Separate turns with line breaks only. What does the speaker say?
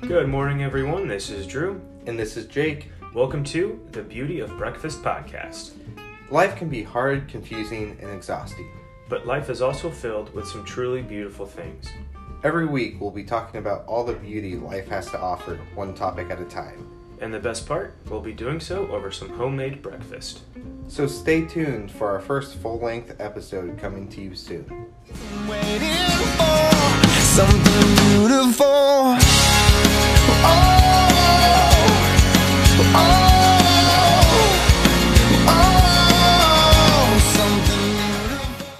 Good morning, everyone. This is Drew.
And this is Jake.
Welcome to the Beauty of Breakfast podcast.
Life can be hard, confusing, and exhausting.
But life is also filled with some truly beautiful things.
Every week, we'll be talking about all the beauty life has to offer, one topic at a time.
And the best part, we'll be doing so over some homemade breakfast.
So stay tuned for our first full length episode coming to you soon.
waiting for something beautiful. Oh, oh,